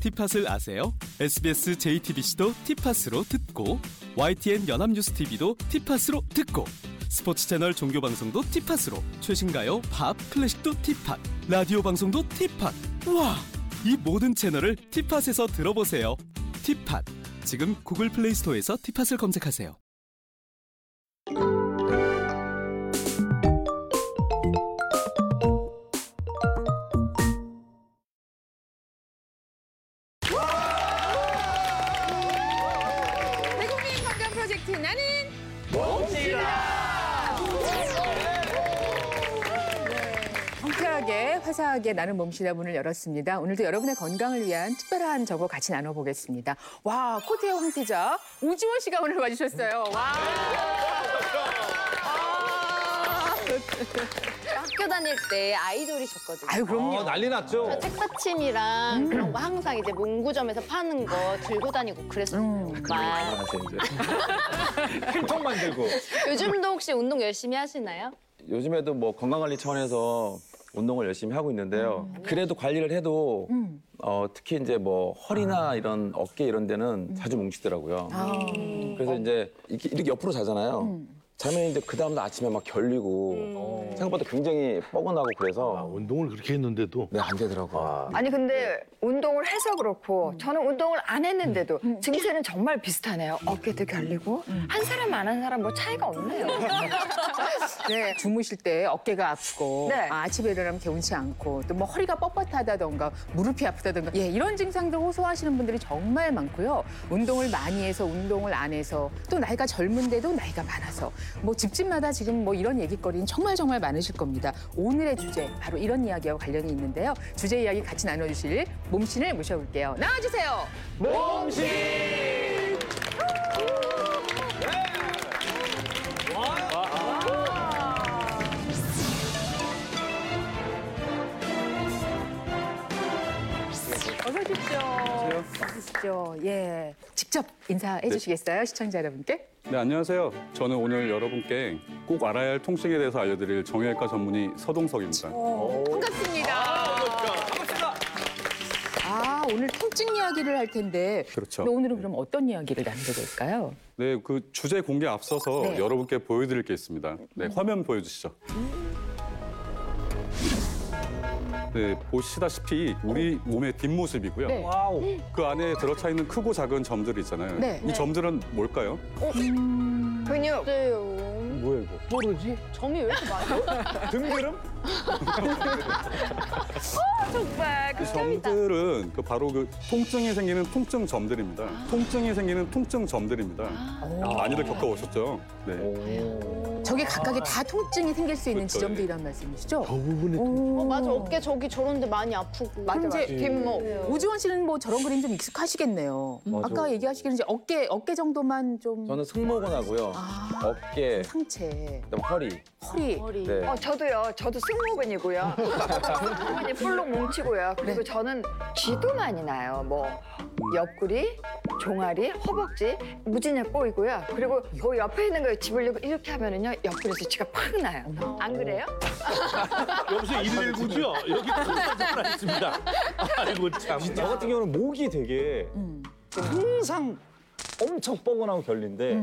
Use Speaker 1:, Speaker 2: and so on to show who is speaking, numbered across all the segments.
Speaker 1: 티팟을 아세요? SBS JTBC도 티팟으로 듣고 YTN 연합뉴스 TV도 티팟으로 듣고 스포츠 채널 종교 방송도 티팟으로 최신가요, 팝, 클래식도 티팟, 라디오 방송도 티팟. 와, 이 모든 채널을 티팟에서 들어보세요. 티팟. 지금 구글 플레이 스토어에서 티팟을 검색하세요.
Speaker 2: 대국민 건강 프로젝트 나는 몸시다. 경쾌하게 네. 화사하게 나는 몸시다 문을 열었습니다. 오늘도 여러분의 건강을 위한 특별한 정보 같이 나눠보겠습니다. 와 코트의 황 기자 우지원 씨가 오늘 와주셨어요. 와.
Speaker 3: 학교 다닐 때 아이돌이셨거든요. 음.
Speaker 2: 아유 그럼요.
Speaker 4: 어, 난리 났죠?
Speaker 3: 아, 책받침이랑 그런 거 항상 이제 문구점에서 파는 거 들고 다니고 음, 그랬었어요. 정말.
Speaker 4: 통 만들고.
Speaker 3: 요즘도 혹시 운동 열심히 하시나요?
Speaker 5: 요즘에도 뭐 건강관리 차원에서 운동을 열심히 하고 있는데요. 그래도 관리를 해도 어, 특히 이제 뭐 허리나 이런 어깨 이런 데는 자주 뭉치더라고요. 그래서 이제 이렇게, 이렇게 옆으로 자잖아요. 자면 이제 그 다음날 아침에 막 결리고
Speaker 4: 음. 어.
Speaker 5: 생각보다 굉장히 뻐근하고
Speaker 4: 아.
Speaker 5: 그래서
Speaker 6: 아, 운동을 그렇게 했는데도
Speaker 5: 네 안 되더라고요.
Speaker 7: 아니 근데 운동을 해서 그렇고 저는 운동을 안 했는데도 증세는 정말 비슷하네요. 어깨도 결리고 한 사람 안 한 사람 뭐 차이가 없네요.
Speaker 2: 네, 주무실 때 어깨가 아프고
Speaker 7: 네.
Speaker 2: 아, 아침에 일어나면 개운치 않고 또 뭐 허리가 뻣뻣하다던가 무릎이 아프다던가 예, 이런 증상들 호소하시는 분들이 정말 많고요. 운동을 많이 해서 운동을 안 해서 또 나이가 젊은데도 나이가 많아서 뭐 집집마다 지금 뭐 이런 얘기거리는 정말 정말 많으실 겁니다. 오늘의 주제 바로 이런 이야기와 관련이 있는데요. 주제 이야기 같이 나눠주실 몸신을 모셔볼게요. 나와주세요. 어서 오십시오. 어서 오십시오. 예, 직접 인사해 주시겠어요 시청자 여러분께?
Speaker 8: 네, 안녕하세요. 저는 오늘 여러분께 꼭 알아야 할 통증에 대해서 알려드릴 정형외과 전문의 서동석입니다.
Speaker 2: 반갑습니다. 아, 오늘 통증 이야기를 할 텐데.
Speaker 8: 그렇죠.
Speaker 2: 근데 오늘은 그럼 어떤 이야기를 나누게 될까요?
Speaker 8: 네, 그 주제 공개 앞서서
Speaker 2: 네.
Speaker 8: 여러분께 보여드릴 게 있습니다. 네, 화면 보여주시죠. 네, 보시다시피 우리 몸의 뒷모습이고요.
Speaker 2: 네.
Speaker 4: 와우.
Speaker 8: 그 안에 들어차 있는 크고 작은 점들이 있잖아요.
Speaker 2: 네.
Speaker 8: 이 점들은 뭘까요?
Speaker 7: 근육
Speaker 3: 네.
Speaker 4: 뭐야, 이거?
Speaker 6: 모르지?
Speaker 3: 점이 왜 이렇게 많아요?
Speaker 4: 등기름?
Speaker 3: 아, 그
Speaker 8: 이 점들은 그 바로 그 통증이 생기는 통증 점들입니다. 통증이 생기는 통증 점들입니다.
Speaker 3: 아.
Speaker 8: 많이들 겪어오셨죠? 네.
Speaker 2: 어, 저게 각각에 다 통증이 생길 수 있는
Speaker 8: 그렇죠,
Speaker 2: 지점들이란 말씀이시죠?
Speaker 6: 저그 부분이
Speaker 2: 오.
Speaker 3: 어,
Speaker 7: 음.
Speaker 3: 맞아. 어깨 저기 저런데 많이 아프고. 네.
Speaker 2: 맞아, 맞아.
Speaker 7: 뒷목
Speaker 2: 우지원 씨는 뭐 저런 그림 좀 익숙하시겠네요.
Speaker 5: 맞아.
Speaker 2: 아까 얘기하시기는 이제 어깨 어깨 정도만 좀
Speaker 5: 저는 승모근하고요,
Speaker 2: 아,
Speaker 5: 어깨,
Speaker 2: 상체,
Speaker 5: 그다음 허리.
Speaker 2: 허리.
Speaker 3: 머리.
Speaker 5: 네.
Speaker 7: 어 저도요. 저도 승모근이고요. 승모근이 풀록 뭉치고요. 그리고 저는 쥐도 많이 나요. 뭐 옆구리, 종아리, 허벅지 무진약 꼬이고요. 그리고 그 옆에 있는 거 집을리고 이렇게 하면은요 옆구리에서 쥐가 팍 나요. 안 그래요?
Speaker 6: 여기서 119죠? 여기 큰사정을 했습니다. 아이고 참.
Speaker 4: 저 같은 경우는 목이 되게
Speaker 2: 음.
Speaker 4: 항상 엄청 뻐근하고 결린데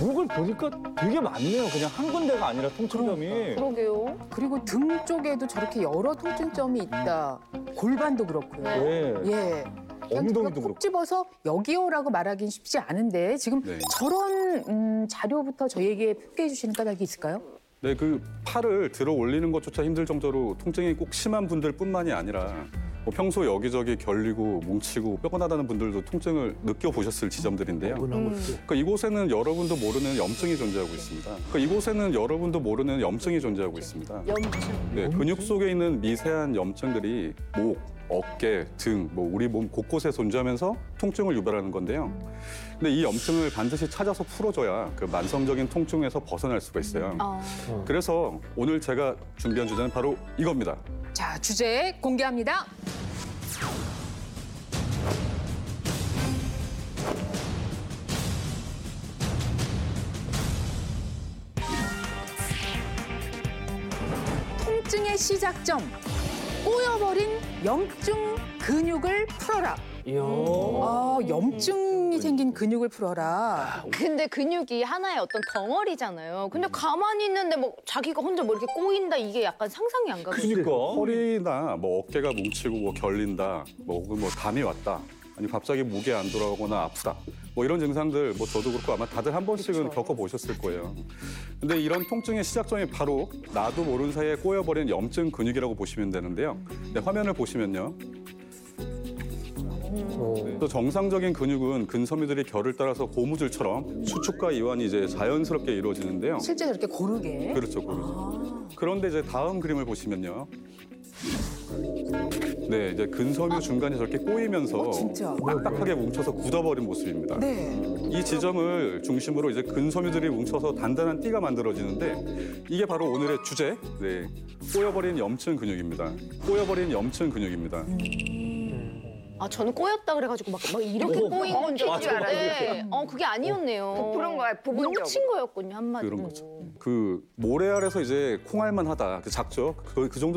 Speaker 4: 목을 보니까 되게 많네요. 그냥 한 군데가 아니라 통증점이.
Speaker 3: 어, 그러게요.
Speaker 2: 그리고 등 쪽에도 저렇게 여러 통증점이 있다. 골반도 그렇고요.
Speaker 4: 네.
Speaker 2: 예.
Speaker 4: 엉덩이도
Speaker 2: 콕
Speaker 4: 그렇고.
Speaker 2: 집어서 여기요라고 말하긴 쉽지 않은데 지금
Speaker 8: 네.
Speaker 2: 저런 음, 자료부터 저희에게 소개해 주시는 까닭이 있을까요?
Speaker 8: 네, 그 팔을 들어 올리는 것조차 힘들 정도로 통증이 꼭 심한 분들뿐만이 아니라 뭐 평소 여기저기 결리고 뭉치고 뼈건하다는 분들도 통증을 느껴보셨을 지점들인데요. 그러니까 이곳에는 여러분도 모르는 염증이 존재하고 있습니다. 그러니까 이곳에는 여러분도 모르는 염증이 존재하고 있습니다.
Speaker 3: 염증.
Speaker 8: 네, 근육 속에 있는 미세한 염증들이 목, 어깨, 등, 뭐 우리 몸 곳곳에 존재하면서 통증을 유발하는 건데요. 근데 이 염증을 반드시 찾아서 풀어줘야 그 만성적인 통증에서 벗어날 수가 있어요.
Speaker 3: 아.
Speaker 8: 그래서 오늘 제가 준비한 주제는 바로 이겁니다.
Speaker 2: 자 주제 공개합니다. 통증의 시작점 꼬여버린 염증 근육을 풀어라.
Speaker 6: 이야.
Speaker 2: 아, 염증이 생긴 근육을 풀어라.
Speaker 3: 근데 근육이 하나의 어떤 덩어리잖아요. 근데 가만히 있는데 뭐 자기가 혼자 뭐 이렇게 꼬인다 이게 약간 상상이 안 가거든요.
Speaker 4: 그러니까.
Speaker 8: 허리나 뭐 어깨가 뭉치고 뭐 결린다, 뭐 혹은 뭐 담이 왔다, 아니 갑자기 무게 안 돌아오거나 아프다, 뭐 이런 증상들 뭐 저도 그렇고 아마 다들 한 번씩은 겪어보셨을 거예요. 근데 이런 통증의 시작점이 바로 나도 모르는 사이에 꼬여버린 염증 근육이라고 보시면 되는데요. 네, 화면을 보시면요. 또 정상적인 근육은 근섬유들이 결을 따라서 고무줄처럼 수축과 이완이 이제 자연스럽게 이루어지는데요.
Speaker 2: 실제 저렇게 고르게.
Speaker 8: 그렇죠, 그렇죠.
Speaker 2: 아.
Speaker 8: 그런데 이제 다음 그림을 보시면요. 네, 이제 근섬유 중간에 저렇게 꼬이면서
Speaker 2: 어, 진짜.
Speaker 8: 딱딱하게 뭉쳐서 굳어버린 모습입니다.
Speaker 2: 네.
Speaker 8: 이 지점을 중심으로 이제 근섬유들이 뭉쳐서 단단한 띠가 만들어지는데 이게 바로 오늘의 주제, 네, 꼬여버린 염증 근육입니다. 꼬여버린 염증 근육입니다.
Speaker 3: 아 저는 꼬였다 그래가지고 막, 막 이렇게
Speaker 6: 어,
Speaker 3: 꼬인 건줄
Speaker 7: 엉킨 줄
Speaker 3: 알았는데 어 그게 아니었네요.
Speaker 7: 부풀은 거야, 부분적으로.
Speaker 3: 뭉친 거였군요 한마디로.
Speaker 8: 그런 거죠. 그 모래 알에서 이제 콩알만 하다, 그 작죠. 그, 그 정도